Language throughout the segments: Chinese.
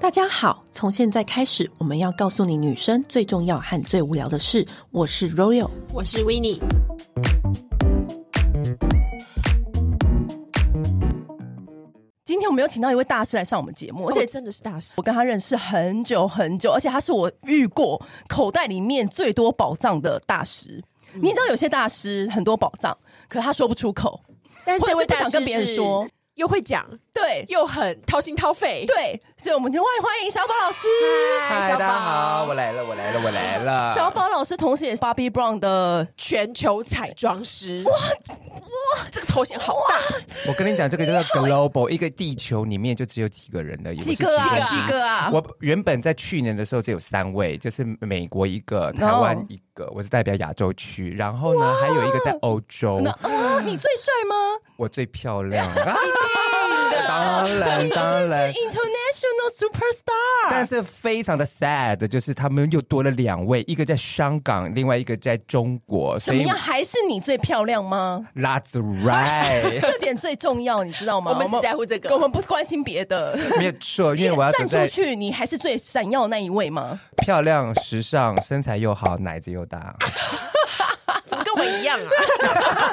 大家好，从现在开始，我们要告诉你女生最重要和最无聊的事。我是 Royal，我是 w i n n i e 今天我们有请到一位大师来上我们节目，而且真的是大师我。跟他认识很久很久，而且他是我遇过口袋里面最多宝藏的大师。你知道有些大师很多宝藏，可他说不出口，但是这位大师是又会讲，对又很掏心掏肺。对，所以我们就欢欢迎小宝老师。嗨，嗨，小大家好，宝我，来了，我来了，我来了。小宝老师同时也是 Bobby Brown 的全球彩妆师。哇哇，这个头衔好大，我跟你讲，这个叫 做 global，一个地球里面就只有几个人的，几个啊，几几个啊，我原本在去年的时候只有三位，就是美国一个，台湾一个，我是代表亚洲区，然后呢还有一个在欧洲哦那，哦，你最帅吗？我最漂 亮。啊当然，当然是，International Superstar，但是非常的 sad，就是他们又多了两位，一个在香港，另外一个在中国，怎所么以样？还是你最漂亮吗？ that's right。这点最重要，你知道吗？我们只在乎这个我们不关心别的。没有错，因为我要走站出在去，你还是最闪耀的那一位吗？漂亮、时尚、身材又好、奶子又大。怎么跟我一样啊？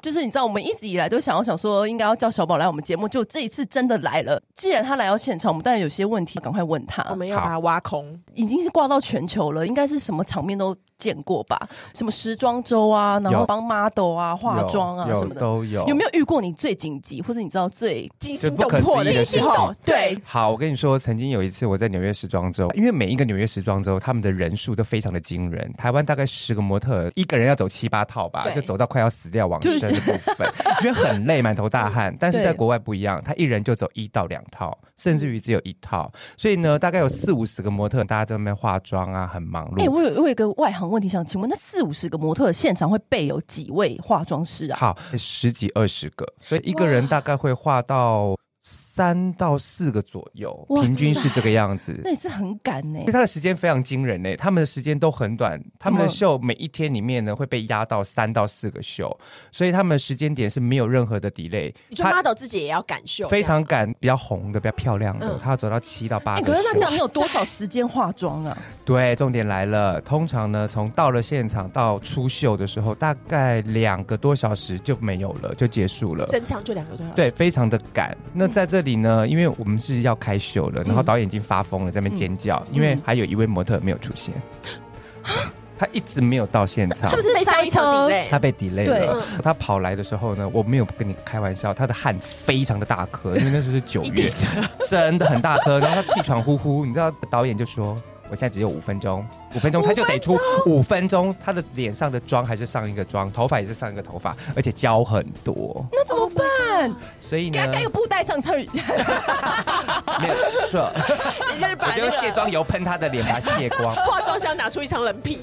就是你知道，我们一直以来都想要想说，应该要叫小宝来我们节目，就这一次真的来了。既然他来到现场，我们当然有些问题赶快问他。我我们们要把它挖空。已经是挂到全球了，应该是什么场面都见过吧？什么时装周啊，然后有帮 model 啊、化有妆啊有什么的，都有有没有遇过你最紧急，或者你知道最惊心动魄的这不可时思议的事候情，对，好，我跟你说，曾经有一次我在纽约时装周，因为每一个纽约时装周，他们的人数都非常的惊人。台湾大概十个模特儿，一个人要走七八套吧，对就走到快要死掉往生的部 分，因为很累，满头大汗。但是在国外不一样，他一人就走一到两套，甚至于只有一套。所以呢，大概有四五十个模特儿，大家在那边化妆啊，很忙哎、碌。我有我有一个外行问题想请问，那四五十个模特现场会备有几位化妆师啊？好，十几二十个，所以一个人大概会画到三到四个左右，哇平均是塞这个样子。那也是很赶呢、因为他的时间非常惊人呢、他们的时间都很短，他们的怎么秀每一天里面呢会被压到三到四个秀，所以他们的时间点是没有任何的 delay 你。说他 model 自己也要感受，非常赶，比较红的、比较漂亮的，嗯他要走到七到八哎、个可秀。是那这样你有多少时间化妆啊？对，重点来了。通常呢，从到了现场到出秀的时候，大概两个多小时就没有了，就结束了。正常就两个多小时。对，，非常的赶。那在这里呢，嗯因为我们是要开秀了，然后导演已经发疯了，在那边尖叫，嗯因为还有一位模特没有出现，他一直没有到现场啊是不。是被上一场塞车 delay？他被 delay 了对，嗯他跑来的时候呢，我没有跟你开玩笑，他的汗非常的大 颗，因为那时候是九一定月，真的很大颗，然后他气喘呼呼，你知道导演就说。我现在只有五分钟，五分钟他就得出五分钟，他的脸上的妆还是上一个妆，头发也是上一个头发，而且胶很多，那怎 Oh 么办？所以给呢他，盖个布袋上去， 没有错。也就是 把我就那用卸个。妆油喷他的脸，把它卸光 化妆箱拿出一张冷屁。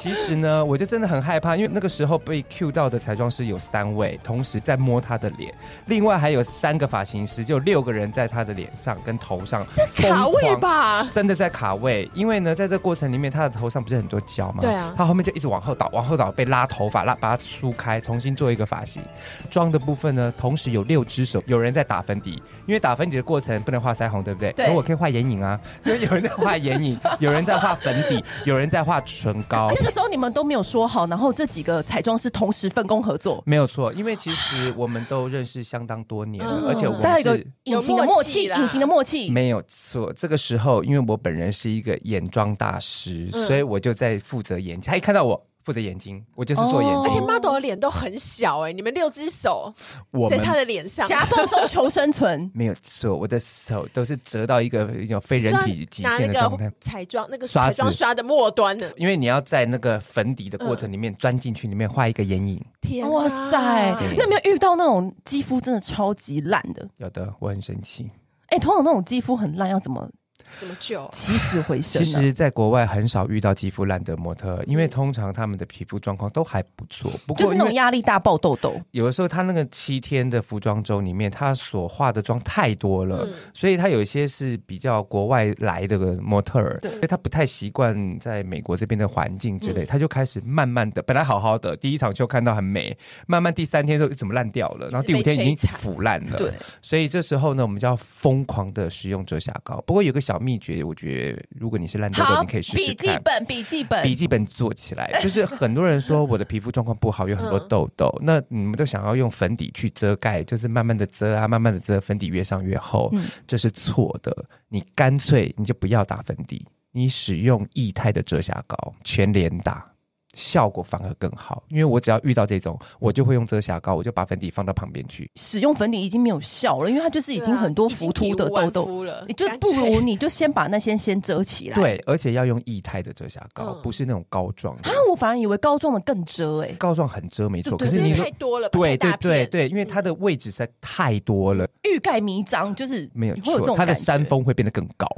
其实呢，我就真的很害怕，因为那个时候被 Q 到的彩妆师有三位，同时在摸他的脸，另外还有三个发型师，就六个人在他的脸上跟头上疯卡位狂。吧，真的在卡位，因为呢，在这过程里面，他的头上不是很多胶吗？对啊他后面就一直往后倒，往后倒被拉头发，拉把它梳开，重新做一个发型。妆的部分呢，同时有六只手，有人在打粉底，因为打粉底的过程不能画腮红，对不对？对可我可以画眼影啊，就是有人在画眼影，有人在画粉底，有人在画唇 膏。那个时候你们都没有说好，然后这几个彩妆师同时分工合作，没有错，因为其实我们都认识相当多年了，嗯而且我大家们有一是个隐形的有默默契契，啦隐形的默契。没有错，这个时候因为我本人是一个眼妆大师，嗯所以我就在负责眼睛。他一看到我负责眼睛，我就是做眼哦而且睛。 model 的脸都很小哎、你们六只手我在们，他的脸上，夹缝中求生存 没有错，我的手都是折到一个一种非是人不是体极拿限的那状态个。彩妆那个刷彩子妆刷的末端呢。因为你要在那个粉底的嗯过程里面钻进去，里面画一个眼影。天啊哇塞！对那有没有遇到那种肌肤真的超级烂的？有的，我很生气。哎、通常那种肌肤很烂要怎么怎么救？起死回生、其实，在国外很少遇到肌肤烂的模特，因为通常他们的皮肤状况都还不错。不就是过，因那种为压力大爆痘痘，有的时候他那个七天的服装周里面，他所化的妆太多了，嗯所以他有一些是比较国外来的模特儿，对所以他不太习惯在美国这边的环境之类，嗯他就开始慢慢的，本来好好的，第一场秀看到很美，慢慢第三天就怎么烂掉了，然后第五天已被摧经残腐烂了，对，所以这时候呢，我们就要疯狂的使用遮瑕膏。不过有个小秘诀，我觉得如果你是烂痘痘，好，你可以试试笔记看。本，笔记本，笔记本做起来， 就是很多人说我的皮肤状况不好，有很多 嗯痘痘，那你们都想要用粉底去遮盖，就是慢慢的遮啊，慢慢的遮，粉底越上越厚，嗯这是错的。你干脆你就不要打粉底，你使用液态的遮瑕膏，全脸打。效果反而更好，因为我只要遇到这种，我就会用遮瑕膏，我就把粉底放到旁边去，使用粉底已经没有效了，因为它就是已经很多啊浮凸的痘痘，痘了，你就干不脆如你就先把那些先遮起来。对，而且要用液态的遮瑕膏，嗯不是那种膏状的啊。，我反而以为膏状的更遮哎、欸膏状很遮没错，对对可是因你为说太多了，太对对大对片，对，因为它的位置实在太多了，欲盖弥彰，就是没有你会有这错，种它的感觉山峰会变得更 高，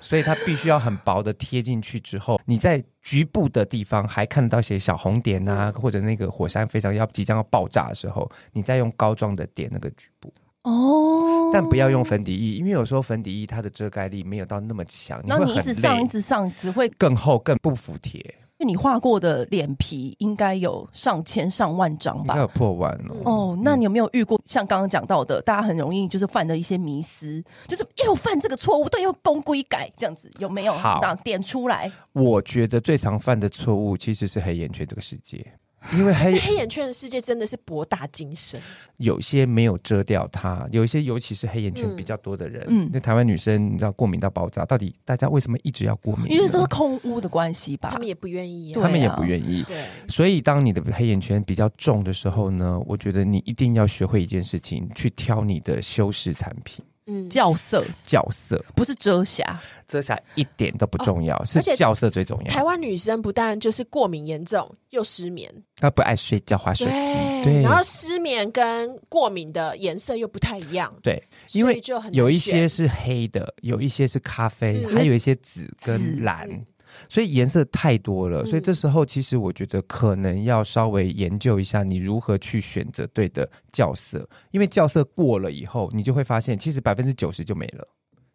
所以它必须要很薄的贴进去之后，你在局部的地方还看得到一些小红点啊，嗯或者那个火山非常要即将要爆炸的时候，你再用膏状的点那个局部，哦，但不要用粉底液，因为有时候粉底液它的遮盖力没有到那么强，你然后会你一直很上一累，直上，只会更厚更不服帖，因为你画过的脸皮应该有上千上万张应该吧。有破万哦。哦，那你有没有遇过像刚刚讲到的，大家很容易就是犯的一些迷思，就是又犯这个错误，但又功规改这样子，有没有？好打点出来，我觉得最常犯的错误其实是黑眼圈这个世界，因为是黑黑眼圈的世界真的是博大精深，有些没有遮掉它，有一些尤其是黑眼圈嗯比较多的人，嗯那台湾女生你知道过敏到爆炸，到底大家为什么一直要过敏呢？因为这都是空污的关系吧他。们也不愿意啊。对他们也啊不愿意。对，所以，当你的黑眼圈比较重的时候呢，我觉得你一定要学会一件事情，去挑你的修饰产品嗯，校色校色，不是遮瑕，遮瑕一点都不重要，是而且校色最重要台。湾女生不但就是过敏严重，又失眠，她不爱睡觉，划手机，对，然后失眠跟过敏的颜色又不太一样，对，所以因为就很难有一些选是黑的，有一些是咖啡，嗯还有一些紫紫跟蓝嗯，所以颜色太多了。嗯所以这时候，其实我觉得可能要稍微研究一下你如何去选择对的校色，因为校色过了以后，你就会发现，其实百分之九十就没了。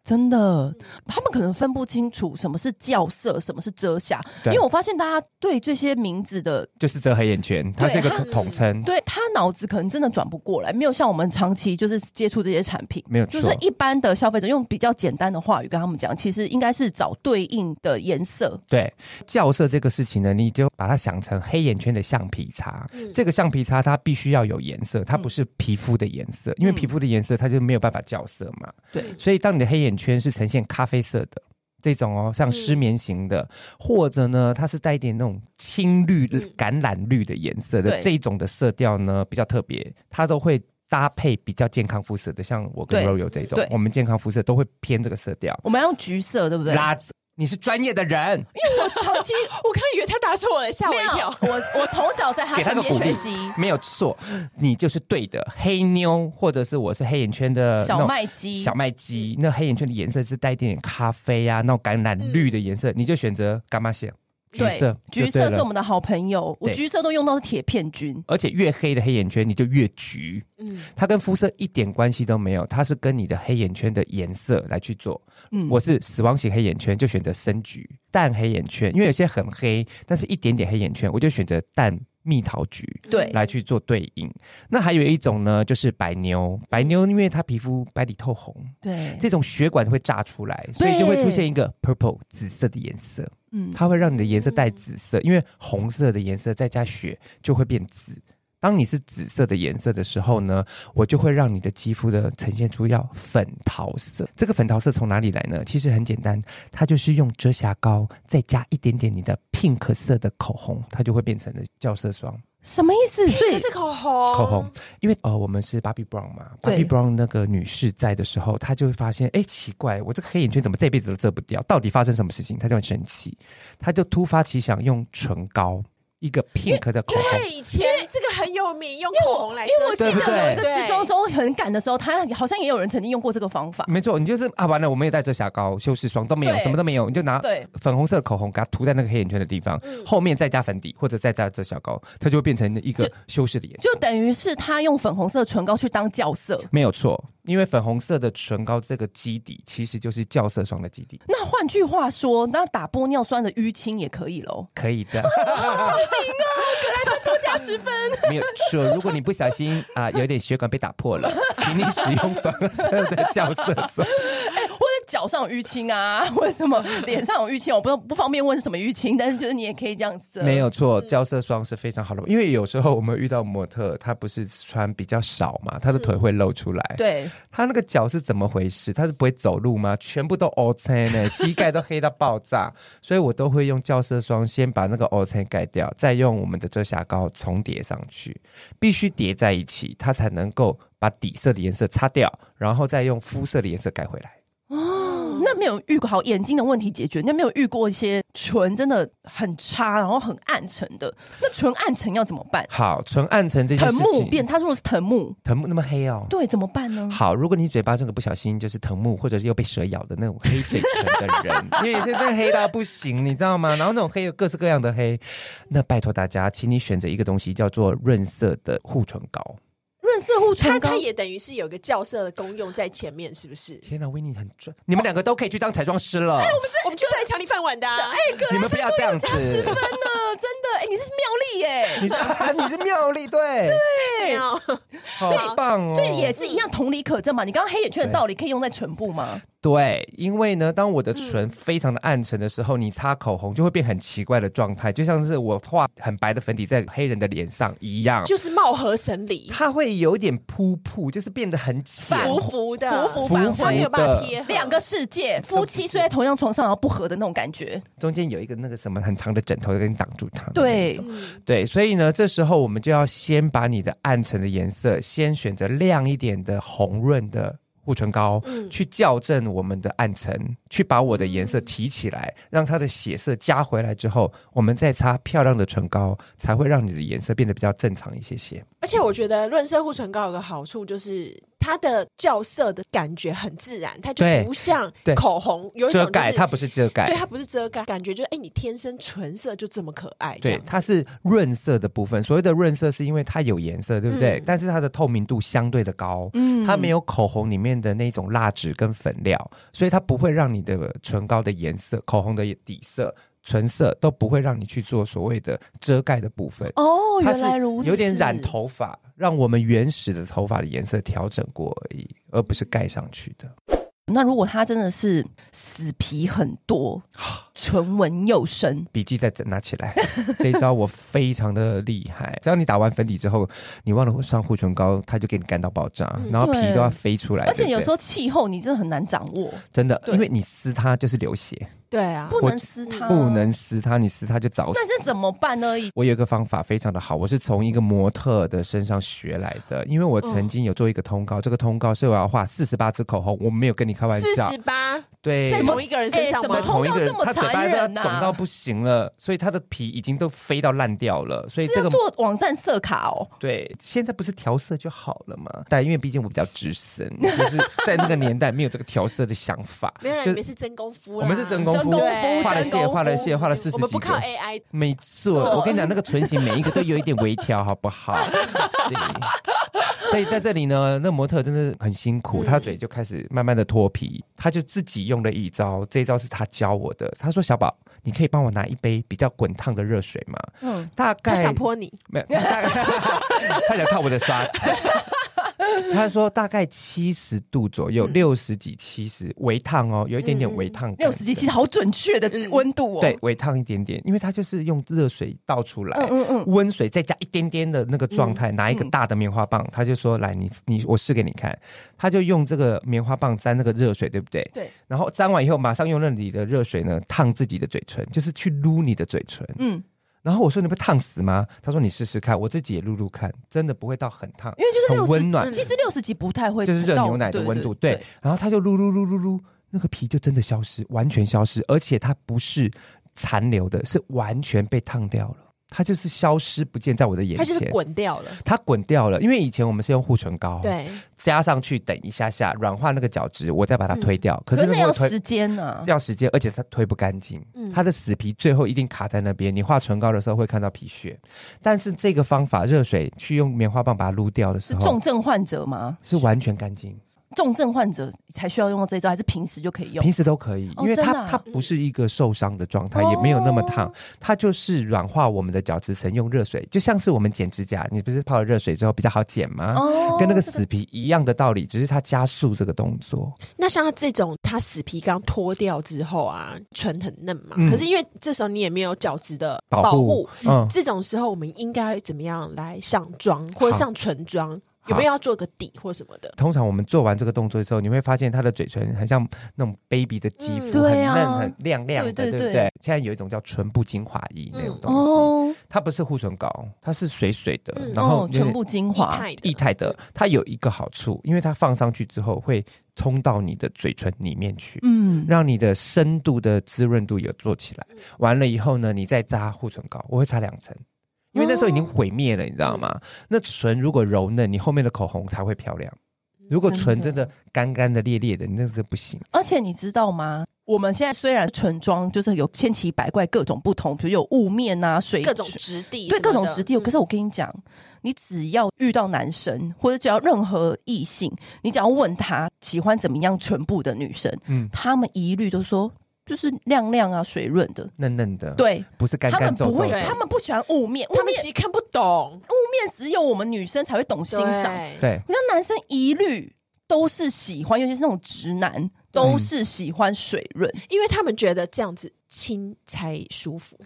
真嗯的，他们可能分不清楚什么是校色，什么是遮瑕，因对为我发现大家对这些名字的，就是遮黑眼圈，它对是一个它嗯统称，对他脑子可能真的转不过来，没有像我们长期就是接触这些产品，没有就错是。一般的消费者用比较简单的话语跟他们讲，其实应该是找对应的颜色，对校色这个事情呢，你就把它想成黑眼圈的橡皮擦。嗯这个橡皮擦它必须要有颜色，它不是皮肤的颜色，因为嗯皮肤的颜色它就没有办法校色嘛。对所以当你的黑眼圈是呈现咖啡色的这种哦，嗯像失眠型的，或者呢，它是带一点那种青绿、嗯橄榄绿的颜色的对这一种的色调呢，比较特别，它都会。搭配比较健康肤色的，像我跟对 Royal 这种对，我们健康肤色都会偏这个色调。我们要用橘色，对不对？拉子，你是专业的人，长期我刚以为他打错我了，吓我没一有，跳。我我从小在他给他身个边鼓励学习。没有错，你就是对的。黑妞，或者是我是黑眼圈的呃那小种麦鸡，小麦鸡，那黑眼圈的颜色是带一点点咖啡啊，那种橄榄绿的颜色，你就选择伽马线，橘对色，橘就对色了是我们的好朋友，我对橘色都用到是铁片菌，而且越黑的黑眼圈你就越橘，嗯，它跟肤色一点关系都没有，它是跟你的黑眼圈的颜色来去做。嗯，我是死亡型黑眼圈，就选择深橘、淡黑眼圈，因为有些很黑，但是一点点黑眼圈，我就选择淡蜜桃橘。嗯对来去做对应，那还有一种呢，就是白妞。白妞因为它皮肤白里透红，对，这种血管会炸出来，所以就会出现一个 purple 紫色的颜色，嗯它会让你的颜色带紫色，因为红色的颜色再加血就会变紫。当你是紫色的颜色的时候呢，我就会让你的肌肤的呈现出要粉桃色。这个粉桃色从哪里来呢？其实很简单，它就是用遮瑕膏再加一点点你的 pink 色的口红，它就会变成了校色霜。什么意思？所以这是口红，口红，因为呃，我们是 Bobbi Brown 嘛哦对，Bobbi Brown 那个女士在的时候，她就会发现，哎，奇怪，我这个黑眼圈怎么这辈子都遮不掉？到底发生什么事情？她就很生气，她就突发奇想用唇膏一个 pink 的口红，对，以前这个很有名，用口红来因为遮我记瑕得对不对有一个时装周很赶的时候，他好像也有人曾经用过这个方法。没错，你就是啊，完了，我没有带遮瑕膏、修饰霜都没有，对什么都没有，你就拿对粉红色的口红给它涂在那个黑眼圈的地方，嗯后面再加粉底或者再加遮瑕膏，它就会变成一个修饰的眼睛。就等于是他用粉红色唇膏去当校色。没有错，因为粉红色的唇膏这个基底其实就是校色霜的基底，那换句话说，那打玻尿酸的淤青也可以喽。可以 的，多加十分，没有错。如果你不小心啊、有一点血管被打破了，请你使用粉红色的校色霜。 或者脚上有淤青啊，或者什么脸上有淤青，我不不方便问是什么淤青，但是就是你也可以这样子。啊没有错，校色霜是非常好的，因为有时候我们遇到模特，她不是穿比较少嘛，她的腿会露出来。对，他那个脚是怎么回事？他是不会走路吗？全部都 O C 呢，膝盖都黑到爆炸，所以我都会用校色霜先把那个 O C 盖掉，再用我们的遮瑕膏重叠上去，必须叠在一起，它才能够把底色的颜色擦掉，然后再用肤色的颜色盖回来。哦，那没有遇过好眼睛的问题解决，那没有遇过一些唇真的很差，然后很暗沉的，那唇暗沉要怎么办？好，唇暗沉这件藤事木情，变，他说是藤木，藤木那么黑哦。对，怎啊么办呢？好，如果你嘴巴真的不小心就是藤木，或者是又被蛇咬的那种黑嘴唇 的人，因为有些真的黑到不行，你知道吗？然后那种黑有各式各样的黑，那拜托大家，请你选择一个东西叫做润色的护唇膏。润色护唇它膏它也等于是有个校色的功用在前面，是不是？天哪，维尼很专，你们两个都可以去当彩妆师哦了，哎我们就是来抢你饭碗的啊。你们不要这样子。十分呢，真的，哎、你是妙丽耶、 你是 你是妙丽，对，没有，好棒哦！所以也是一样，同理可证嘛。你刚刚黑眼圈的道理可以用在唇部吗？对，因为呢，当嗯我的唇非常的暗沉的时候，你擦口红就会变很奇怪的状态，就像是我画很白的粉底在黑人的脸上一样，就是貌合神离，它会有一点扑扑，就是变得很浅。浮浮的，浮浮反它没有办法哎贴合两个世界，夫妻睡在同样床上，然后不合的那种感觉。中间有一个那个什么很长的枕头给你挡住它。对，嗯对，所以呢，这时候我们就要先把你的暗沉的颜色，先选择亮一点的红润的护唇膏，嗯去校正我们的暗沉，去把我的颜色提起来，让它的血色加回来之后，我们再擦漂亮的唇膏，才会让你的颜色变得比较正常一些些。而且我觉得润色护唇膏有个好处就是。它的校色的感觉很自然，它就对不像对口红有一种、遮就是、盖它不是遮盖对，它不是遮盖，感觉就是哎、你天生唇色就这么可爱，这对样，它是润色的部分。所谓的润色，是因为它有颜色，对不对？嗯但是它的透明度相对的高，嗯它没有口红里面的那种蜡质跟粉料，所以它不会让你的唇膏的颜色、口红的底色、唇色都不会让你去做所谓的遮盖的部分。哦，它原是来如此，有点染头发，让我们原始的头发的颜色调整过而已，而不是盖上去的。那如果他真的是死皮很 多，啊唇纹又深，笔记再整拿 起来，这一招我非常的厉害。只要你打完粉底之后，你忘了上护唇膏，它就给你干到爆炸，嗯然后皮对都要飞出来。而且对不对有时候气候你真的很难掌握，真的，对因为你撕它就是流血，对啊，不能撕它，嗯不。能哎撕它，你撕它就早死嗯但。是怎么办呢？我有一个方法非常的好，我是从一个模特的身上学来的，因为我曾经有做一个通告，这个通告是我要画四十八支口红，我没有跟你开玩四笑十，八对，在同一个人身上哎什么吗？在同一个人通告这么他嘴巴残都要忍啊呐肿到不行了，所以他的皮已经都飞到烂掉了，所以是这要个做网站色卡哦，对，现在不是调色就好了嘛？但因为毕竟我比较资深，就是在那个年代没有这个调色的想 法，没有啦，就你们是真功夫啦，我们是真功真夫功夫对画了真线，功夫画了线，画了四我十们几不靠个。 AI，没错，我跟你讲，那个唇形每一个都有一点微调， 好不好？对。所以在这里呢，那模特真的很辛苦，嗯她嘴就开始慢慢的脱皮，她就自己用了一招，这一招是她教我的。她说：“小宝，你可以帮我拿一杯比较滚烫的热水吗？”嗯，大他概想泼你，没有，他大概 他想看我的刷子。他说大概七十度左右，嗯六十几、七十，微烫哦，有一点点嗯微烫感，六十几其实好准确的嗯温度哦。对，微烫一点点，因为它就是用热水倒出来，嗯嗯嗯，温水再加一点点的那个状态，拿一个大的棉花棒，他就说来你你我试给你看，他就用这个棉花棒沾那个热水，对不对？对。然后沾完以后，马上用那里的热水呢烫自己的嘴唇，就是去撸你的嘴唇。嗯，然后我说你不会烫死吗？他说你试试看，我自己也撸撸看，真的不会到很烫，因为就是很六十温暖，其实六十几不太会到，就是热牛奶的温度。对，然后他就撸撸撸撸撸，那个皮就真的消失，完全消失，而且它不是残留的，是完全被烫掉了。它就是消失不见在我的眼它就是前。滚掉了。它滚掉了，因为以前我们是用护唇膏，，对，加上去等一下下软化那个角质，我再把它推掉。嗯可可是是那那个要推时间啊呢。要时间，而且它推不干净，嗯它的死皮最后一定卡在那边。你画唇膏的时候会看到皮屑，但是这个方法热水去用棉花棒把它撸掉的是时候，重症患者吗？是完全干净，重症患者才需要用到这一招，还是平时就可以用？平时都可以，哦因为它、真的啊它不是一个受伤的状态，哦也没有那么烫，它就是软化我们的角质层，用热水，就像是我们剪指甲，你不是泡了热水之后比较好剪吗？哦啊跟那个死皮一样的道理，只是它加速这个动作。那像它这种，它死皮刚脱掉之后啊，唇很嫩嘛。嗯可是因为这时候你也没有角质的保保护护，嗯，这种时候我们应该怎么样来上妆或者好上唇妆？有没有要做个底或什么的？通常我们做完这个动作之后，你会发现他的嘴唇很像那种 baby 的肌嗯肤，很对啊嫩、很亮亮的，对对对不对对？现在有一种叫唇部精华液那种东西，哦它不是护唇膏，它是水水的，嗯然后哦有点全部精液华态的，液态的。它有一个好处，因为它放上去之后会冲到你的嘴唇里面去。嗯，让你的深度的滋润度有做起来，完了以后呢，你再擦护唇膏，我会擦两层，因为那时候已经毁灭了，你知道吗？哦那唇如果柔嫩，你后面的口红才会漂亮。如果唇真嗯真的的干干的、裂裂的，你那是不行。而且你知道吗？我们现在虽然唇妆就是有千奇百怪、各种不同，比如有雾面啊、水各种质地什对么的，各种质地。可嗯是我跟你讲，你只要遇到男生，或者只要任何异性，你只要问他喜欢怎么样唇部的女生，嗯，他们一律都说就是亮亮啊、水润的。嫩嫩的，，对不是干他们干皱不皱会，对他的。们不喜欢雾面，雾他们面其实看不懂，雾面只有我们女生才会懂欣赏。对，对，你看男生一律都是喜欢，尤其是那种直男，都是喜欢水润，因为他们觉得这样子亲才舒服。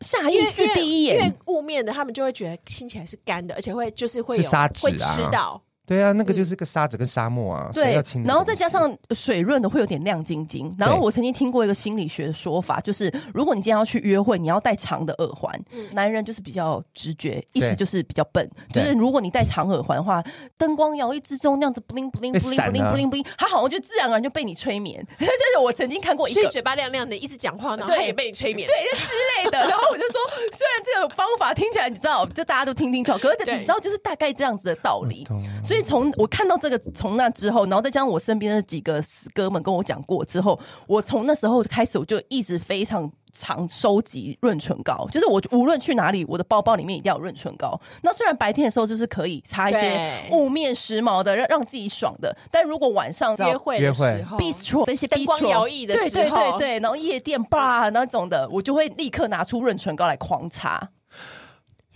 下啊因意为识第一因为因眼为雾面的，他们就会觉得亲起来是干的，而且会就是会有是砂纸啊会吃到。对啊，那个就是个沙子跟沙漠啊，谁嗯对要清，理。然后再加，上水润的会有点亮晶晶。然后我曾经听过一个心理学的说法，就是如果你今天要去约会，你要戴长的耳环。嗯男人就是比较直觉，意思对就是比较笨。就对是如果你戴长耳环的话，灯光摇曳之中那样子 bling bling 会 bling 闪 bling 啊 bling bling，它好像就自然而然就被你催眠。这是我曾经看过一所个以嘴巴亮亮的，一直讲话，然后对他也被你催眠。对，就之类的。然后我就说，虽然这个方法听起来你知道，就大家都听听就好，可是对你知道，就是大概这样子的道理。懂所以从我看到这个，从那之后，然后再加上我身边的几个死哥们跟我讲过之后，我从那时候开始，我就一直非常常收集润唇膏，就是我无论去哪里，我的包包里面一定要有润唇膏。那虽然白天的时候就是可以擦一些对雾面时髦的，让让自己爽的，但如果晚上约会的时候 bistro 这些哦灯光 bistro 摇曳的时候对对对对，然后夜店 bar 那种的，我就会立刻拿出润唇膏来狂擦。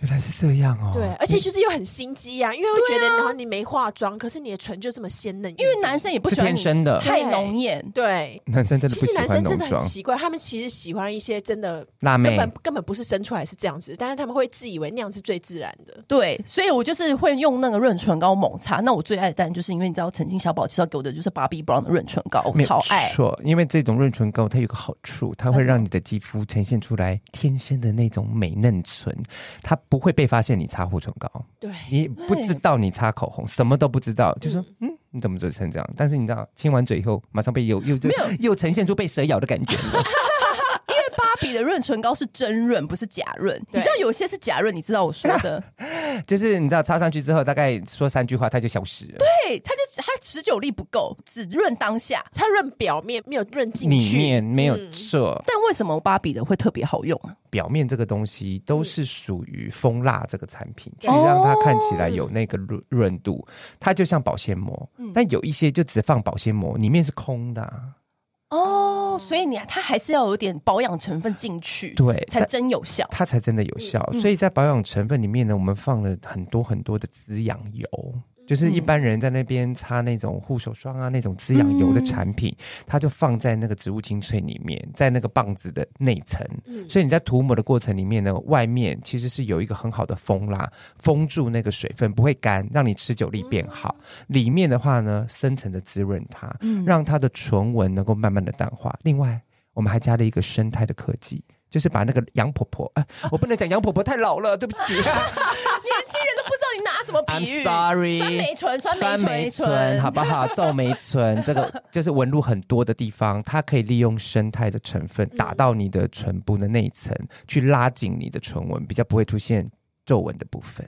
原来是这样哦。对，啊而且就是又很心机啊，因为会觉得，然后你没化妆，可是你的唇就这么鲜嫩欲滴，因为男生也不喜欢是你天生 的太浓艳，对。男生真的其不实喜男欢生浓真的很妆，奇怪，他们其实喜欢一些真的辣根妹本根本不是生出来是这样子，但是他们会自以为那样是最自然的。对，所以我就是会用那个润唇膏猛擦。那我最爱的当然就是因为你知道，曾经小宝介绍给我的就是 Bobbi Brown 的润唇膏，我没有超爱。错，因为这种润唇膏它有个好处，它会让你的肌肤呈现出来天生的那种美嫩唇，它不会被发现你擦护唇膏，对，哎你不知道你擦口红，什么都不知道，就说嗯，你怎么嘴成这样？但是你知道，亲完嘴以后马上被又又这又呈现出被蛇咬的 感觉，芭比的润唇膏是真润，不是假润。你对知道有些是假润，你知道我说 的，就是你知道擦上去之后，大概说三句话它就消失了，对，它就它持久力不够，只润当下。它润表面没有润进里去，面没有嗯错。但为什么芭比的会特别好用啊？表面这个东西都是属于蜂蜡这个产品，去嗯让它看起来有那个润润度。它就像保鲜膜，嗯但有一些就只放保鲜膜，里面是空的啊、哦，所以你它还是要有点保养成分进去，对，嗯才但真有效。它才真的有效。嗯所以在保养成分里面呢，我们放了很多很多的滋养油。就是嗯一般人在那边擦那种护手霜啊，那种滋养嗯油的产品，它就放在那个植物精粹里面，在那个棒子的内层，嗯所以你在涂抹的过程里面呢，外面其实是有一个很好的封啦，封住那个水分，不会干，让你持久力变好。嗯里面的话呢，深层的滋润它，让它的唇纹能够慢慢的淡化。另外，我们还加了一个生态的科技。就是把那呃个杨婆婆，啊，我不能讲杨婆婆太老了，对不起、年轻人都不知道你拿什么比 比喻 I'm sorry 酸梅醇，酸酸梅梅醇，醇，好不 好？皱眉醇，这个就是纹路很多的地方，它可以利用生态的成嗯分打到你的唇部的内层，去拉紧你的唇纹，比较不会出现皱纹的部分。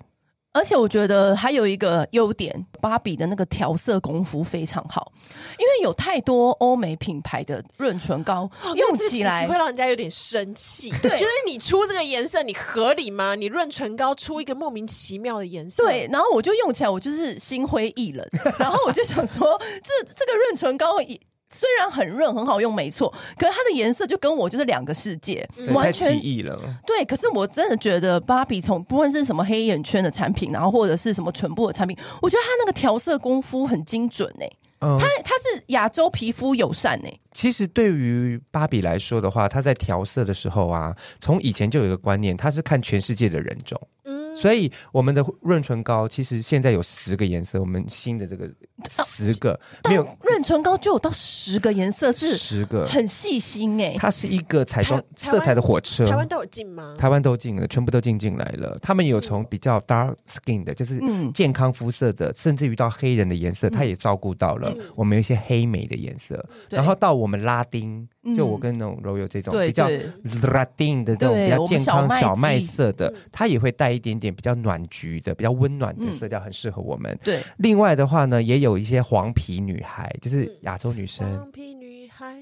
而且我觉得还有一个优点，芭比的那个调色功夫非常好，因为有太多欧美品牌的润唇膏、哦用起来会让人家有点生气。对就是你出这个颜色，你合理吗？你润唇膏出一个莫名其妙的颜色，对，，然后我就用起来，我就是心灰意冷。然后我就想说， 这这个润唇膏也虽然很润，很好用，没错，可是它的颜色就跟我就是两个世界，嗯对嗯完太奇全异了。对。可是我真的觉得芭比从不论是什么黑眼圈的产品，然后或者是什么唇部的产品，我觉得它那个调色功夫很精准诶、嗯，它它是亚洲皮肤友善欸诶、其实对于芭比来说的话，她在调色的时候啊，从以前就有一个观念，她是看全世界的人种。嗯，所以我们的润唇膏其实现在有十个颜色，我们新的这个十个、没有哦但润唇膏就有到十个颜色，是十个，很细心欸诶、它是一个彩妆台台湾色彩的火车。台湾都有进吗？啊台湾都进了，全部都进进来了。他们也有从比较 dark skin 的，就是嗯健康肤色的，甚至于到黑人的颜色，他也照顾到了嗯。我们有一些黑莓的颜色，对然后到我们拉丁嗯，就我跟那种柔柔这种对比较对拉丁的这种对比较健我康们小小麦麦季色的嗯，它也会带一点点比较暖橘的、比较温暖嗯的色调，很适合我们。对，另外的话呢，也有一些黄皮女孩，嗯就是亚洲女生。黄皮女孩，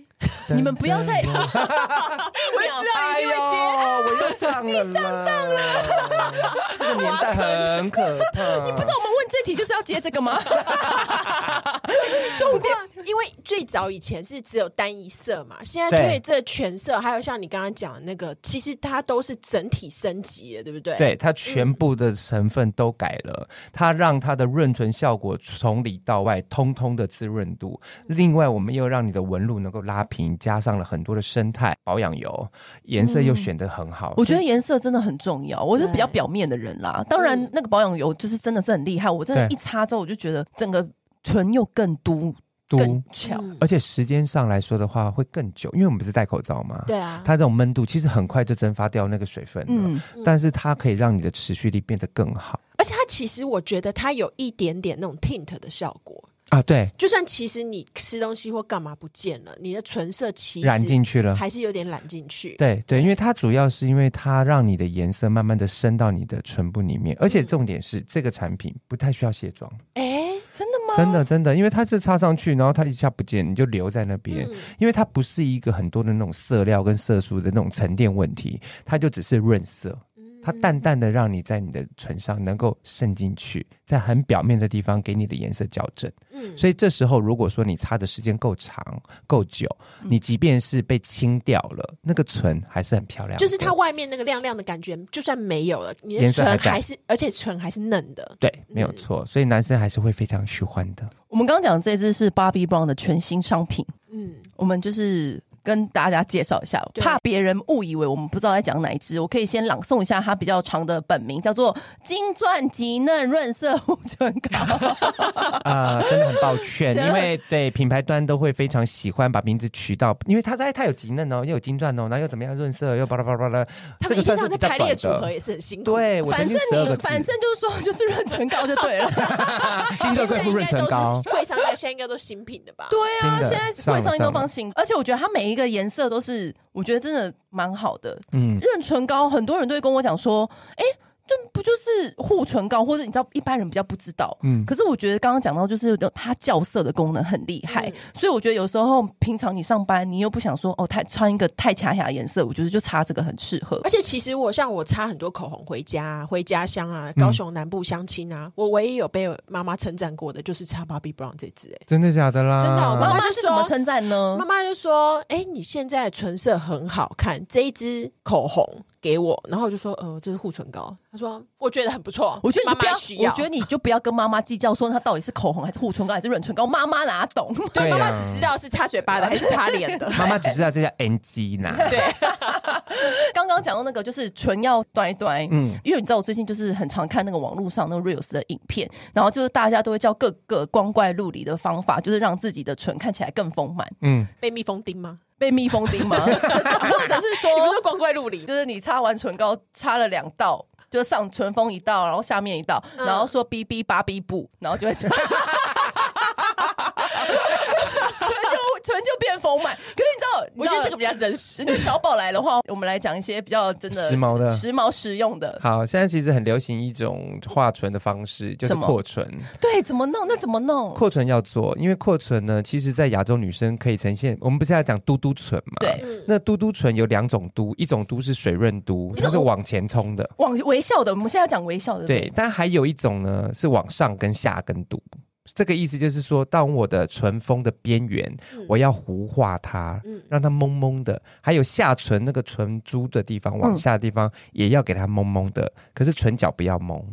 你们不要再，我哎 知呦，我又上了，你上当了，这个年代很可怕。你不知 那我们问这题就是要接这个 吗？不过因为最早以前是只有单一色嘛，现在推对这全色，还有像你刚刚讲的那个，其实它都是整体升级的，对不对？，对它全部的成分都改了，它让它的润唇效果从里到外通通的滋润度。另外，我们又让你的纹路能够拉平，加上了很多的生态保养油，颜色又选得很好。嗯我觉得颜色真的很重要，我是比较表面的人啦。当然嗯，那个保养油就是真的是很厉害，我真的对一擦之后我就觉得整个唇又更嘟嘟更，翘。嗯而且时间上来说的话会更久，因为我们是戴口罩嘛。对啊，它这种闷度其实很快就蒸发掉那个水分了，嗯，但是它可以让你的持续力变得更好而且它其实我觉得它有一点点那种 tint 的效果，啊。对，就算其实你吃东西或干嘛不见了，你的唇色其染实进去了。还是有点染进去。对对，因为它主要是因为它让你的颜色慢慢的深到你的唇部里面，而嗯且重点是这个产品不太需要卸妆，哎，真的吗？真的真的，因为它是擦上去，然后它一下不见，你就留在那边，嗯因为它不是一个很多的那种色料跟色素的那种沉淀问题，它就只是润色，嗯它淡淡的让你在你的唇上能够渗进去，在很表面的地方给你的颜色矫正。嗯所以这时候，如果说你擦的时间够长、够久，嗯你即便是被清掉了，那个唇还是很漂亮的。就是它外面那个亮亮的感觉，就算没有了，你的颜色唇还在还是，而且唇还是嫩的。对，没有错。所以男生还是会非常喜欢 的。我们刚刚讲这支是 Bobbi Brown 的全新商品，嗯，我们就是。跟大家介绍一下，对怕别人误以为我们不知道在讲哪一支，我可以先朗诵一下它比较长的本名，叫做“金钻极嫩润色护唇膏啊、真的很抱歉，真的因为对品牌端都会非常喜欢把名字取到，因为它在它有极嫩哦，又有金钻哦，然后又怎么样润色，又巴拉巴拉巴拉，他这们一个天算到晚是在比较排列短组合的。也是很辛苦。对，”， 啊我反曾正经十二你个反字，正就是说就是润唇膏就对 了。金色贵妇润唇膏现在应该都是，贵商家现在应该都是新品的吧？对啊，新现的在柜上了上应都上放了新，而且我觉得它每一个颜色都是，我觉得真的蛮好的。嗯，润唇膏，很多人都会跟我讲说，哎、这不就是护唇膏，或者你知道一般人比较不知道。嗯可是我觉得刚刚讲到，就是它校色的功能很厉害，嗯所以我觉得有时候平常你上班，你又不想说哦，太穿一个太卡雅的颜色，我觉得就擦这个很适合而。且其实我像我擦很多口红回家、啊、回家乡啊、嗯高雄南部相亲啊，我唯一有被妈妈称赞过的就是擦 Bobbi Brown 这支、欸。真的假的啦？真的我妈妈妈妈就是说怎么称赞呢妈？妈就说：“哎、你现在的唇色很好看，这一支口红给我。”然后我就说：“呃，这是护唇膏。”她说：“我觉得很不错，我觉得妈你就不妈需要，我觉得你就不要跟妈妈计较，说它到底是口红还是护唇膏还是润唇膏，妈妈哪懂？对，啊对妈妈啊只知道是擦嘴巴的还是擦脸的。 妈妈只知道这叫 NG 啦。对，刚刚讲到那个，就是唇要端一端，嗯嗯，因为你知道我最近就是很常看那个网络上那个 reels 的影片，然后就是大家都会教各个光怪陆离的方法，就是让自己的唇看起来更丰满，嗯，被蜜蜂叮 吗？被蜜蜂叮吗？或者是你不说，是光怪陆离？就是你擦完唇膏擦了两道。就是上唇峰一道，然后下面一道，嗯然后说 B B 八 B 不，然后就会 唇就唇就变丰满。可是你知道，你我知觉道得这个比较真实。那小宝来的话，我们来讲一些比较真的时髦的。时髦实用的。好，现在其实很流行一种画唇的方式，就是什么扩唇。对，怎么弄？那怎么弄？扩唇要做，因为扩唇呢，其实在亚洲女生可以呈现，我们不是要讲嘟嘟唇嘛？对，嗯那嘟嘟唇有两种嘟，一种嘟是水润嘟，一种它是往前冲的。往微笑的，我们现在讲微笑的。对，但还有一种呢是往上跟下跟嘟。这个意思就是说，当我的唇峰的边缘，嗯我要糊化它，嗯让它蒙蒙的。还有下唇那个唇珠的地方，往下的地方也要给它蒙蒙的，可是唇角不要蒙，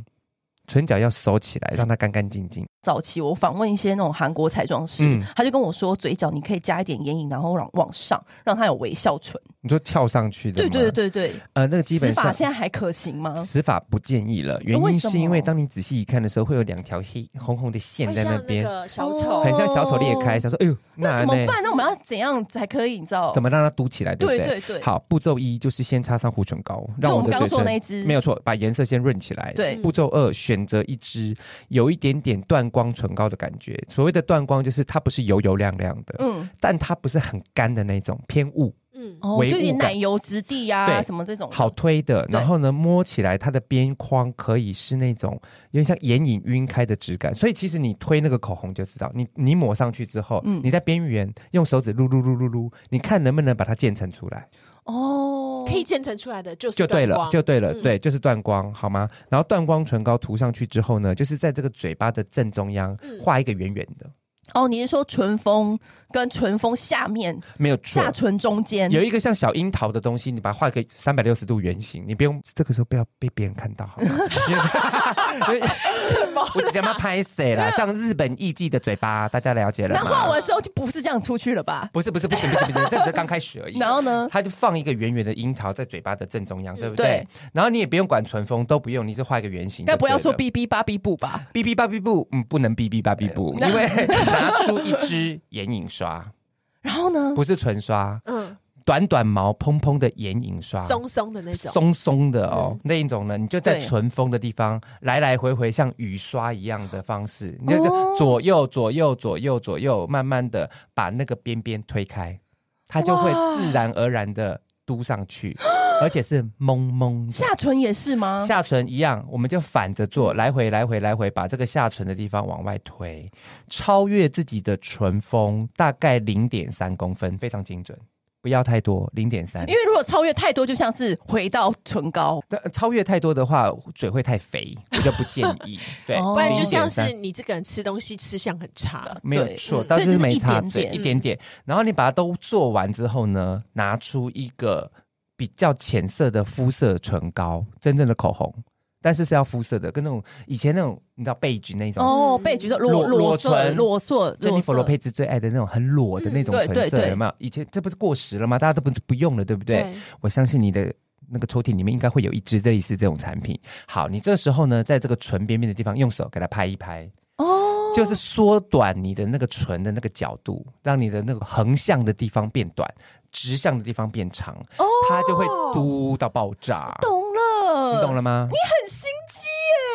唇角要收起来，让它干干净净。早期我访问一些那种韩国彩妆师，嗯他就跟我说，嘴角你可以加一点眼影，然后往往上，让它有微笑唇。你说翘上去的对吗？对对对，呃，那个基指本法上现在还可行吗？死法不建议了，原为因什是因为么当你仔细一看的时候，会有两条黑红红的线会在那像那边，个小哦丑很像小丑裂开，想说哎呦，那怎呢么办？那我们要怎样才可以？你知道？怎么让它嘟起来，对不对对？对对，好，步骤一就是先擦上护唇膏，让就我我们们的刚嘴说的那唇一支没有错，把颜色先润起来。对步骤二选择一支有一点点缎光唇膏的感觉。所谓的缎光，就是它不是油油亮亮的，嗯，但它不是很干的那种，偏雾。嗯，哦，微就有点雾感奶油质地呀、对什么这种的好推的，对然后呢，摸起来它的边框可以是那种有点像眼影晕开的质感，所以其实你推那个口红就知道，你你抹上去之后，嗯你在边缘用手指撸撸撸撸撸，你看能不能把它渐层出来，哦，可以建成出来的就是就对断了，光就对了，嗯对，就是断光，好吗？然后断光唇膏涂上去之后呢，就是在这个嘴巴的正中央嗯画一个圆圆的，哦，你是说唇峰跟唇峰下面没有错下。唇中间有一个像小樱桃的东西，你把它画一个三百六十度圆形，你不用这个时候不要被别人看到，好吗？ 因为因为什么？我直接要拍谁啦？像日本艺妓的嘴巴，大家了解了那画吗？完之后就不是这样出去了吧？不是不是不行不行不行，这只是刚开始而已。然后呢？他就放一个圆圆的樱桃在嘴巴的正中央，对不嗯对对？然后你也不用管唇峰，都不用，你是画一个圆形就对该了。不会要说哔哔八哔不吧？哔哔吧哔不？嗯，不能哔哔吧哔不，因为 拿出一支眼影刷，然后呢？不是唇刷，嗯，短短毛蓬蓬的眼影刷，松松的那种，啊松松的哦，那一种呢，你就在对唇峰的地方来来回回像雨刷一样的方式，你就哦左右左右左右左右，慢慢的把那个边边推开，它就会哇自然而然的嘟上去，而且是蒙蒙的。下唇也是吗？下唇一样，我们就反着做，来回来回来回，把这个下唇的地方往外推，超越自己的唇峰大概零点三公分，非常精准，不要太多，零点三因。为如果超越太多，就像是回到唇膏。但呃超越太多的话，嘴会太肥，我就不建 议。对，哦不然就像0.3是你这个人吃东西吃相很差，没有对错，嗯但所以是就是没一差点嘴点一点点。然后你把它都做完之后呢，拿出一个比较浅色的肤色唇膏，真正的口红，但是是要肤色的，跟那种以前那种你知道贝橘那种。哦，被橘色裸裸裸裸色、唇裸色、珍裸妮佛色罗佩兹最爱的那种很裸的那种嗯对唇对色，对有没有？以前这不是过时了吗？大家都不不用了，对不对？，我相信你的那个抽屉里面应该会有一支类似这种产品。好，你这时候呢，在这个唇边边的地方用手给它拍一拍，哦，就是缩短你的那个唇的那个角度，让你的那个横向的地方变短，直向的地方变长，哦它就会嘟到爆炸。懂了，你懂了，了吗？很心机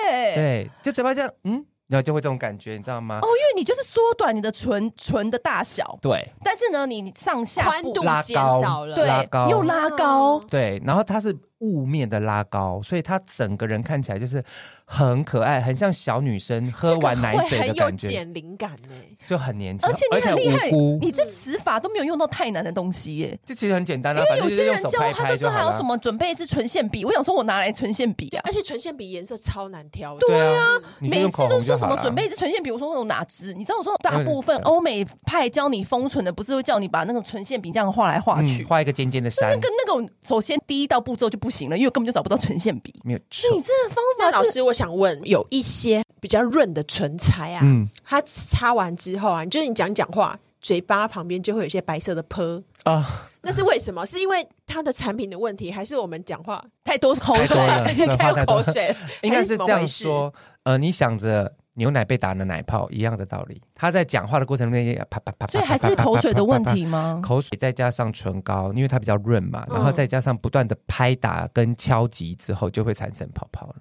耶。对，就嘴巴这样，嗯，然后就会这种感觉，你知道吗？哦，因为你就是缩短你的唇唇的大小，对，但是呢，你上下宽部度拉减高少了，对拉高又拉高嗯，对，然后它是雾面的拉高，所以它整个人看起来就是很可爱，很像小女生喝完奶会嘴的很有感觉，减龄感欸呢。就很年轻，而且你很厉害很无，辜。你这词法都没有用到太难的东西耶。就其实很简单啦、因为啊反有正就些是用人手教拍他拍就就说好还有了什。么准备一支唇线笔，我想说我拿来唇线笔啊，而且唇线比颜色超难挑的，对啊，嗯你就每用次口都红说就什好嗯么了。准备一支唇线笔，我说我有哪支？你知道我说大部分嗯欧美派教你封唇的，不是会叫你把那个唇线笔这样画来画去嗯，？画一个尖尖的山那，个那种，首先第一道步骤就不行了，因为根本就找不到唇线笔。没有那你错。这个方那法老就是师，我想问，有一些比较润的唇彩啊，嗯它擦完之后啊，就是你讲一讲话，嘴巴旁边就会有一些白色的泼，啊，那是为什么？是因为它的产品的问题，还是我们讲话太多口太水多了 了， 开 那话太多口了水？ 应该还是怎么这回样事，说。呃，你想着牛奶被打了奶泡一样的道理。他在讲话的过程中间，啪啪啪，所以还是口水的问题吗？口水再加上唇膏，因为它比较润嘛，嗯然后再加上不断的拍打跟敲击之后，就会产生泡泡了。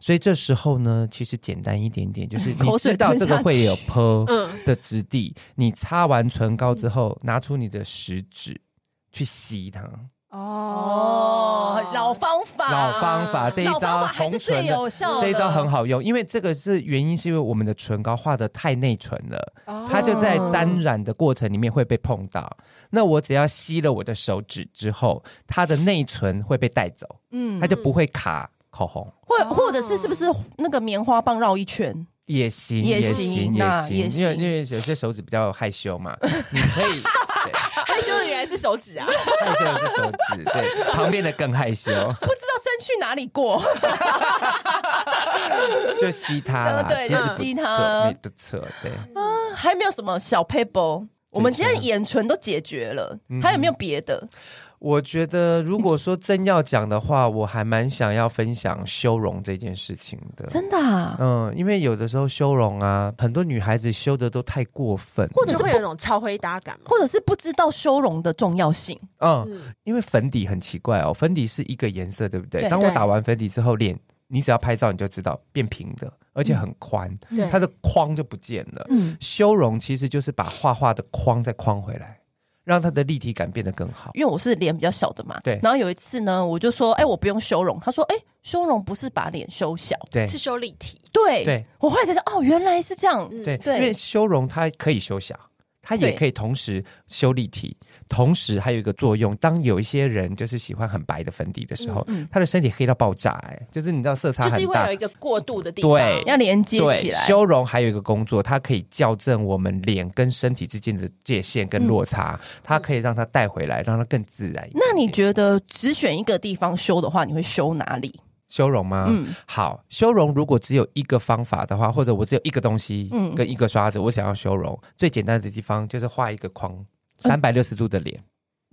所以这时候呢，其实简单一点点，就是你口知水道吞这个下去 会有泼嗯，的质地，你擦完唇膏嗯之后，拿出你的食指去吸它。哦，老 方法，老方法这一老方招法还红是哦唇最的有效的，这一招很好用，因为这个是原因，是因为我们的唇膏画的太内唇了，哦它就在沾染的过程里面会被碰到。那我只要吸了我的手指之后，它的内唇会被带走，嗯它，就不会卡口红。或哦或者是是不是那个棉花棒绕一圈？也行，也行，行也那也因为行因为有些手指比较害羞嘛，你可 以对害羞的原来是手指啊，害羞的是手指，对，旁边的更害羞，不知道伸去哪里过，就吸它啦，呃对其实就不吸错它没不错，对。 还没有什么小 paper。我们今天眼唇都解决了，嗯还有没有别的？我觉得，如果说真要讲的话，我还蛮想要分享修容这件事情的。真的啊，嗯，因为有的时候修容啊，很多女孩子修的都太过分，或者就是会有那种超灰搭感嘛。或者是不知道修容的重要性，嗯，嗯，因为粉底很奇怪哦，粉底是一个颜色，对不对？对当我对打完粉底之后，脸你只要拍照你就知道变平的，而且很宽，对，嗯它的框就不见了。嗯，修容其实就是把画画的框再框回来，让它的立体感变得更好。因为我是脸比较小的嘛，对然后有一次呢，我就说，哎、我不用修容。他说，哎、修容不是把脸修小，对是修立体，对，对我后来才知道，哦，原来是这样。嗯对，对因为修容它可以修小，它也对可以同时修立体，同时还有一个作用，当有一些人就是喜欢很白的粉底的时候，嗯嗯他的身体黑到爆炸、哎，就是你知道色差就是很因为大有一。个过渡的地方，对要连接对起，来，修容还有一个工作，它可以校正我们脸跟身体之间的界限嗯跟落差，它可以让它带回来，让它更自然一点点。那你觉得只选一个地方修的话，你会修哪里？修容吗？嗯好，修容如果只有一个方法的话，或者我只有一个东西嗯跟一个刷子，我想要修容，最简单的地方就是画一个框，呃三百六十度的脸。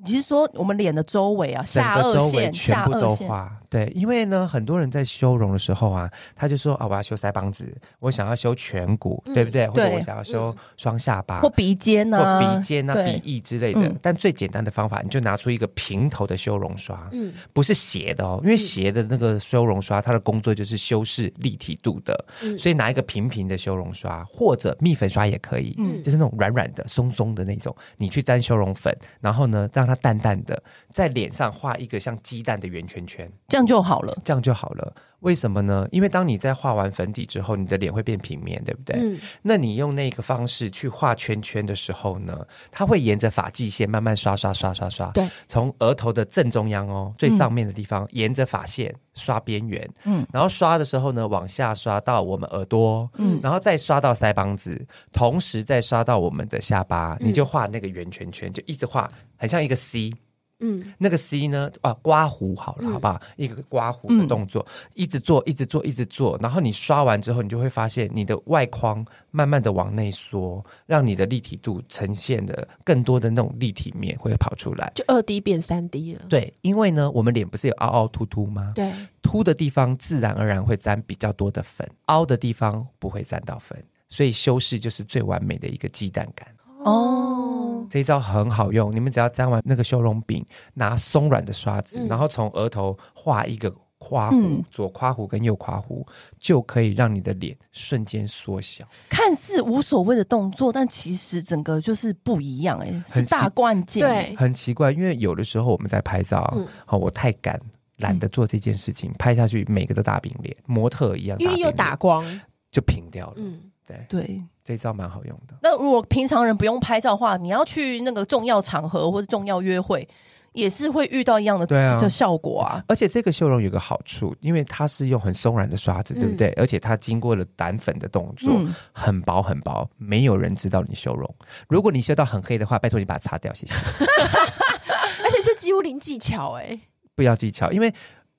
你是说我们脸的周围啊，整下个周颚围线、全下部都颚线，画。对，因为呢，很多人在修容的时候啊，他就说啊，我要修腮帮子，我想要修颧骨，嗯对不对？或者对嗯我想要修双下巴。或鼻尖或啊，鼻尖啊、对鼻翼之类的，嗯但最简单的方法，你就拿出一个平头的修容刷，嗯，不是斜的哦，因为斜的那个修容刷，它的工作就是修饰立体度的，嗯所以拿一个平平的修容刷，或者蜜粉刷也可以，嗯就是那种软软的、松松的那种，你去沾修容粉，然后呢，让它淡淡的在脸上画一个像鸡蛋的圆圈圈，这样就好了。这样就好了。为什么呢？因为当你在画完粉底之后，你的脸会变平面，对不对？嗯那你用那个方式去画圈圈的时候呢，它会沿着发际线慢慢刷刷刷刷刷，对，从额头的正中央哦，最上面的地方，沿着发线刷边缘，嗯嗯，然后刷的时候呢，往下刷到我们耳朵，嗯嗯，然后再刷到腮帮子，同时再刷到我们的下巴，你就画那个圆圈圈，就一直画，很像一个 C。嗯，那个 C 呢？啊，刮胡好了，嗯好不好？一个刮胡的动作，一直做，一直做，一直做。然后你刷完之后，你就会发现你的外框慢慢的往内缩，让你的立体度呈现的更多的那种立体面会跑出来。就二 D 变三 D 了，对，因为呢，我们脸不是有凹凹凸凸吗？对，凸的地方自然而然会沾比较多的粉，凹的地方不会沾到粉，所以修饰就是最完美的一个鸡蛋感。哦，这一招很好用，你们只要沾完那个修容饼，拿松软的刷子，嗯然后从额头画一个夸弧，嗯左夸弧跟右夸弧，就可以让你的脸瞬间缩小。看似无所谓的动作，但其实整个就是不一样、哎，很是奇大关键、对很奇怪，因为有的时候我们在拍照，哎嗯好、我太赶。懒得做这件事情，拍下去每个都大饼脸，模特一样大因饼为脸，有打光，就平掉了。嗯，对，对。这一招蛮好用的。那如果平常人不用拍照的话，你要去那个重要场合或者重要约会，也是会遇到一样的对啊的效果啊。而且这个修容有个好处，因为它是用很松软的刷嗯子，对不对？而且它经过了掸粉的动作，嗯很薄很薄，没有人知道你修容。如果你修到很黑的话，拜托你把它擦掉，谢 谢。而且这几乎零技巧哎，不要技巧，因为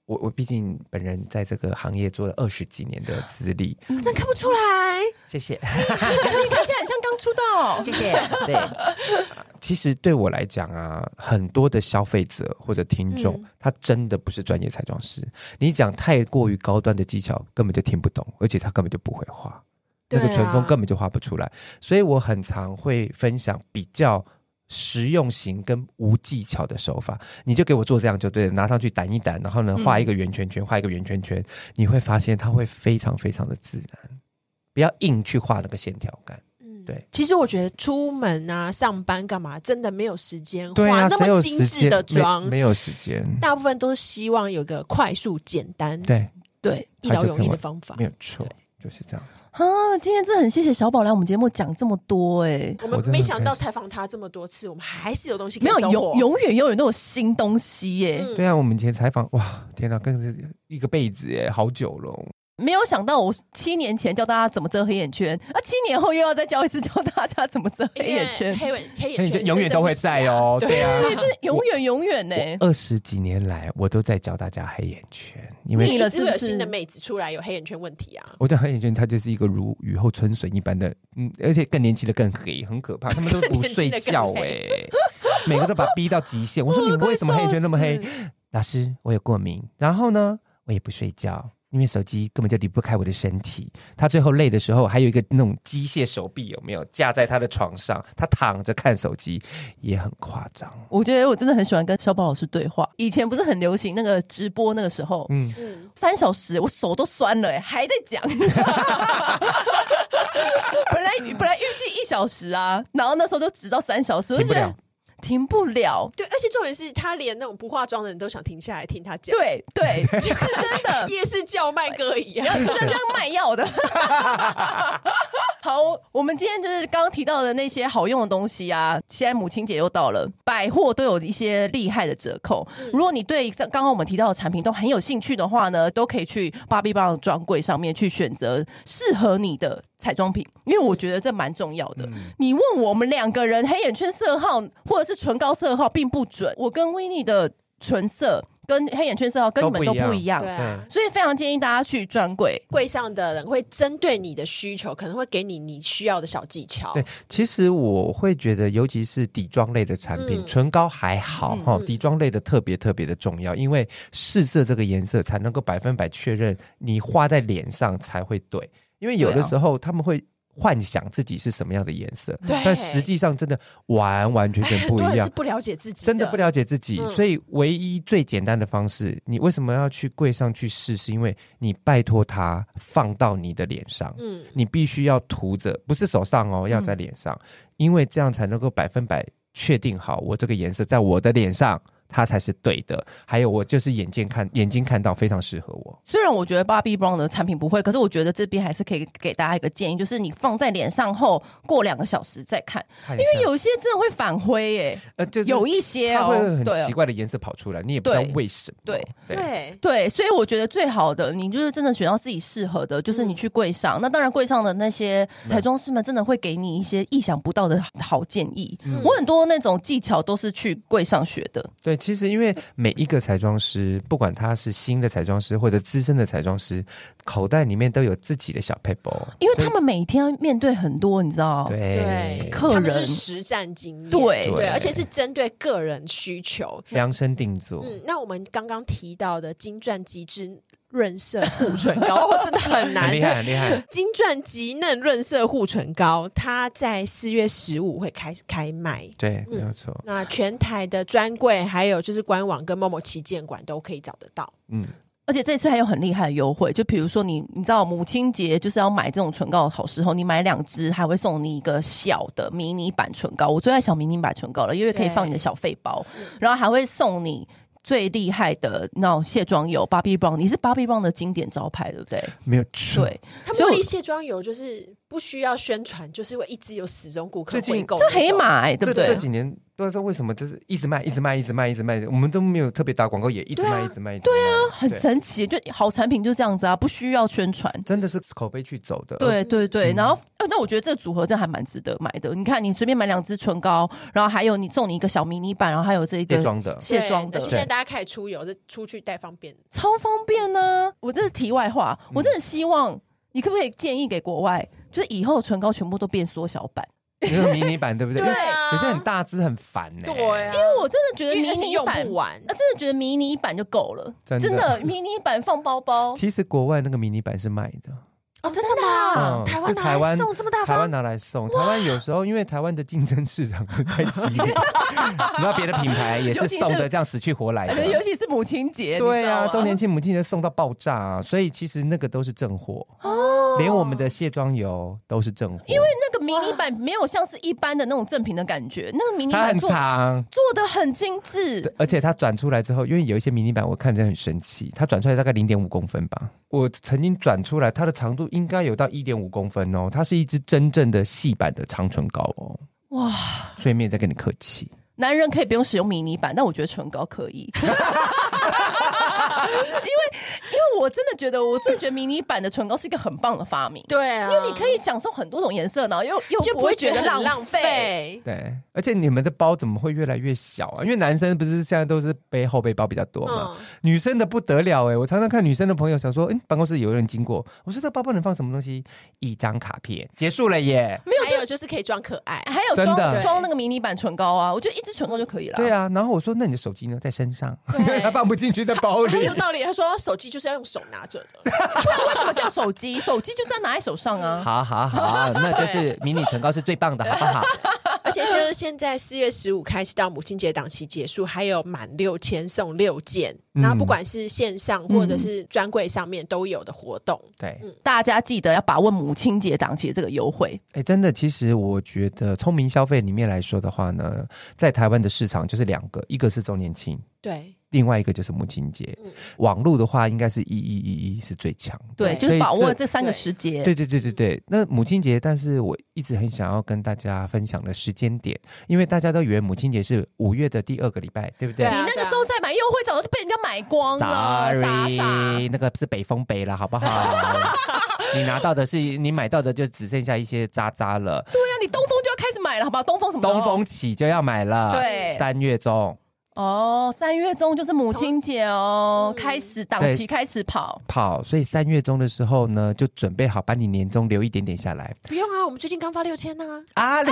我我毕竟本人在这个行业做了二十几年的资历，真看不出来，谢谢。你看起来很像刚出道，谢谢。对， 其实对我来讲啊，很多的消费者或者听众，嗯他真的不是专业彩妆师。你讲太过于高端的技巧，根本就听不懂，而且他根本就不会画。对那啊个唇峰根本就画不出来。所以我很常会分享比较实用型跟无技巧的手法，你就给我做这样就对了，拿上去掸一掸，然后呢嗯画一个圆圈圈，画一个圆圈圈，你会发现它会非常非常的自然，不要硬去画那个线条感。嗯对。其实我觉得出门啊、上班干嘛，真的没有时间对化啊，那谁么有精时致间的妆没，没有时间，大部分都是希望有个快速、简单、对，对一劳他就永可以逸的完方法没。有错，就是这样。啊，今天真的很谢谢小宝来我们节目讲这么多哎、我我们真的没很想到开心采访他这么多次，我们还是有东西可以没有收获永永远永远都有新东西耶、嗯对啊，我们以前采访，哇，天哪，更是一个辈子耶，好久了哦。没有想到我七年前教大家怎么遮黑眼圈，啊，七年后又要再教一次教大家怎么遮黑眼圈，黑眼黑眼那你就圈永远都会在哦，对对啊。对， 这永远永远呢、二十几年来，我都在教大家黑眼圈，因腻为了一直会是有不是新的妹子出来有黑眼圈问题啊？我讲黑眼圈，它就是一个如雨后春笋一般的，嗯，而且更年期的更黑，很 可怕，他们都不年睡轻的更黑觉哎、每个都把逼到 极限。我说你们为什么黑眼圈那么黑？老师，我有过敏，然后呢，我也不睡觉。因为手机根本就离不开我的身体，他最后累的时候，还有一个那种机械手臂有没有架在他的床上，他躺着看手机，也很夸张。我觉得我真的很喜欢跟小宝老师对话。以前不是很流行那个直播，那个时候嗯，嗯，三小时我手都酸了、欸，还在讲。 本来本来预计一小时啊，然后那时候就直到三小时，我就停不觉了得。停不了。对，而且重点是他连那种不化妆的人都想停下来听他讲，，对对，是真的。夜市叫卖歌一样。要真的像卖药的。 好，我们今天就是刚刚提到的那些好用的东西啊，现在母亲节又到了，百货都有一些厉害的折扣。如果你对刚刚我们提到的产品都很有兴趣的话呢，都可以去芭比棒的专柜上面去选择适合你的彩妆品，因为我觉得这蛮重要的。你问我们两个人黑眼圈色号或者是唇膏色号并不准，我跟维尼的唇色跟黑眼圈色号跟你们都都不不一一样对。啊，所以非常建议大家去专柜。柜上的人会针对你的需求，可能会给你你需要的小技巧。对，其实我会觉得，尤其是底妆类的产品，嗯唇膏还好嗯哈、嗯底妆类的特别特别的重要，因为试色这个颜色才能够百分百确认你画在脸上才会对，因为有对的啊时候他们会。幻想自己是什么样的颜色，对但实际上真的完完全哎，全很不多 一人样是。不了解自己，真的不。了解自己，嗯所以唯一最简单的方式，你为什么要去柜上去试？是因为你拜托它放到你的脸上，嗯，你必须要涂着，不是手上嗯哦，要在脸上，因为这样才能够百分百确定好我这个颜色在我的脸上。它才是对的，还有我就是眼见看眼睛看到非常适合我，虽然我觉得芭比 Brown 的产品不会，可是我觉得这边还是可以给大家一个建议，就是你放在脸上后，过两个小时再看，因因为有一些真的会反灰耶、呃就是有一些它哦、会有很对奇哦怪的颜色跑出来，你也不知道对为什么。对对，对，所以我觉得最好的，你就是真的选到自己适合的，就是嗯你去柜上。那当然，柜上的那些彩妆师们真的会给你一些意想不到的好建议。嗯我很多那种技巧都是去柜上学的。对，其实因为每一个彩妆师，不管他是新的彩妆师或者资深的彩妆师，口袋里面都有自己的小 paper。哦因为他们每天要面对很多，你知道，对对，，客他们人是实战经验，对对，对而且是针对个人需求。量身定做。嗯，那我们刚刚提到的金钻极致润色护唇膏， 哦真的很难很厉害，很厉害。金钻极嫩润色护唇膏，它在四月十五会开始开卖。对，没有错。那全台的专柜，还有就是官网跟某某旗舰馆都可以找得到。嗯，而且这次还有很厉害的优惠，就比如说你，你知道母亲节就是要买这种唇膏的好时候，你买两支还会送你一个小的迷你版唇膏。我最爱小迷你版唇膏了，因为可以对放你的小费包，然后还会送你。最厉害的那种卸妆油，Bobbi Brown，你是 Bobbi Brown 的经典招牌，对不对？没有错。对，他们所以我有一卸妆油就是不需要宣传，就是会一直有死忠顾客最近回购这那种。黑马、欸，对不这哦这对？几年不知道为什么，就是一直卖，一直卖，一直卖，一直卖，我们都没有特别打广告，也一直卖，对啊一直卖。对啊，很神奇，就好产品就这样子啊，不需要宣传。真的是口碑去走的。对对对，嗯然后、呃那我觉得这个组合真的还蛮值得买的。你看，你随便买两支唇膏，然后还有你送你一个小迷你版，然后还有这一卸个妆的，卸妆的而，且现在大家开始出油，这出去带方便。超方便呢、我这是题外话，嗯我真的希望你可不可以建议给国外，就是以后唇膏全部都变缩小版，你说迷你版对不对？对因为啊有些很大只很烦呢。对啊，哦因为我真的觉得因为迷而且你用版不。完啊，。真的觉得迷你版就够了，真的迷你版放包包 其实国外那个迷你版是卖的，哦，真的吗嗯台是湾啊台哪湾来送这么大台方？湾拿来送，台湾有时候因为台湾的竞争市场是太激烈，你知道别的品牌也尤是其是送的这样死去活来而且尤的。其是母亲节，对啊，啊，周年庆、母亲节送到爆炸、啊，所以其实那个都是正货，连我们的卸妆油都是正货，因为那个迷你版没有像是一般的那种正品的感觉，那个迷你它版很做长，做的很精致对，而且它转出来之后，因为有一些迷你版我看着很生气，它转出来大概零点五公分吧。我曾经转出来，它的长度应该有到一点五公分哦，它是一支真正的细版的长唇膏哦，哇！所以没有在跟你客气。男人可以不用使用迷你版，但我觉得唇膏可 以。因为因为我真的觉得，我真的觉得迷你版的唇膏是一个很棒的发明，对啊，因为你可以享受很多种颜色，然后又又就不会会觉觉得得浪很浪。费。对，而且你们的包怎么会越来越小啊？因为男生不是现在都是背后背包比较多嘛，嗯，女生的不得了哎、我常常看女生的朋友想说，嗯、办公室有人经过，我说这包包能放什么东西？一张卡片，结束了耶。没有还有就是可以装可爱。还有真的装对装那个迷你版唇膏啊，我觉得一支唇膏就可以了。对，啊，然后我说那你的手机呢？在身上，对因 为它放不进去，在包很 里有。道理，他说手机就是要用手拿着的。为什么叫手机？手机就是要拿在手上 啊。好好好，那就是迷你唇膏是最棒的，好不好？而且就是现在四月十五开始到母亲节档期结束，还有满六千送六件，嗯然后不管是线上或者是专柜上面都有的活动。 对，大家记得要把握母亲节档期的这个优惠。哎、真的，其实我觉得聪明消费里面来说的话呢，在台湾的市场就是两个，一个是周年庆，对，另外一个就是母亲节。嗯网络的话，应该是一一一一是最强的。对，对就是把所握以这三个对时节。对对对对对，那母亲节，但是我一直很想要跟大家分享的时间点，因为大家都以为母亲节是五月的第二个礼拜，对不对？对你啊那个时候再买优惠，早就被人家买光嗯了，傻傻。啊 Sorry，那个是北风北了，好 不好？你拿到的是你买到的，就只剩下一些渣渣了。对啊呀、你东风就要开始买了，好不好？东风什么时候？东风啊起就要买了，对三月中哦，三月中就是母亲节哦，从嗯开始档期对开始跑。跑，所以三月中的时候呢，就准备好把你年终留一点点下来不用啊，我们最近刚发六千呢。啊，你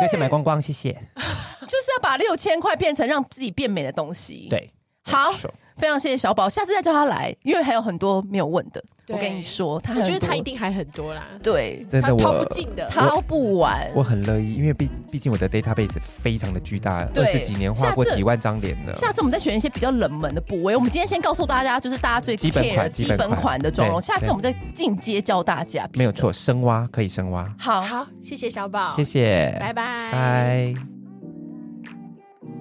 那先买光光，谢谢。就是要把六千块变成让自己变美的东西。，对，好，爽非常谢谢小宝，下次再叫他来，因为还有很多没有问的。对我跟你说，他我觉得他他一定还很多啦，对真他的掏我不。尽的。掏不完。我很乐意，因为毕毕竟我的 database 非常的巨大，对二十几年画过下次几万张脸了。下次我们再选一些比较冷门的部位。我们今天先告诉大家，就是大家最基本 care 款基基本本款款的妆容。对下次我们再进阶教大家。没有错，深挖可以深挖，好，好，谢谢小宝，谢，谢，拜拜，拜。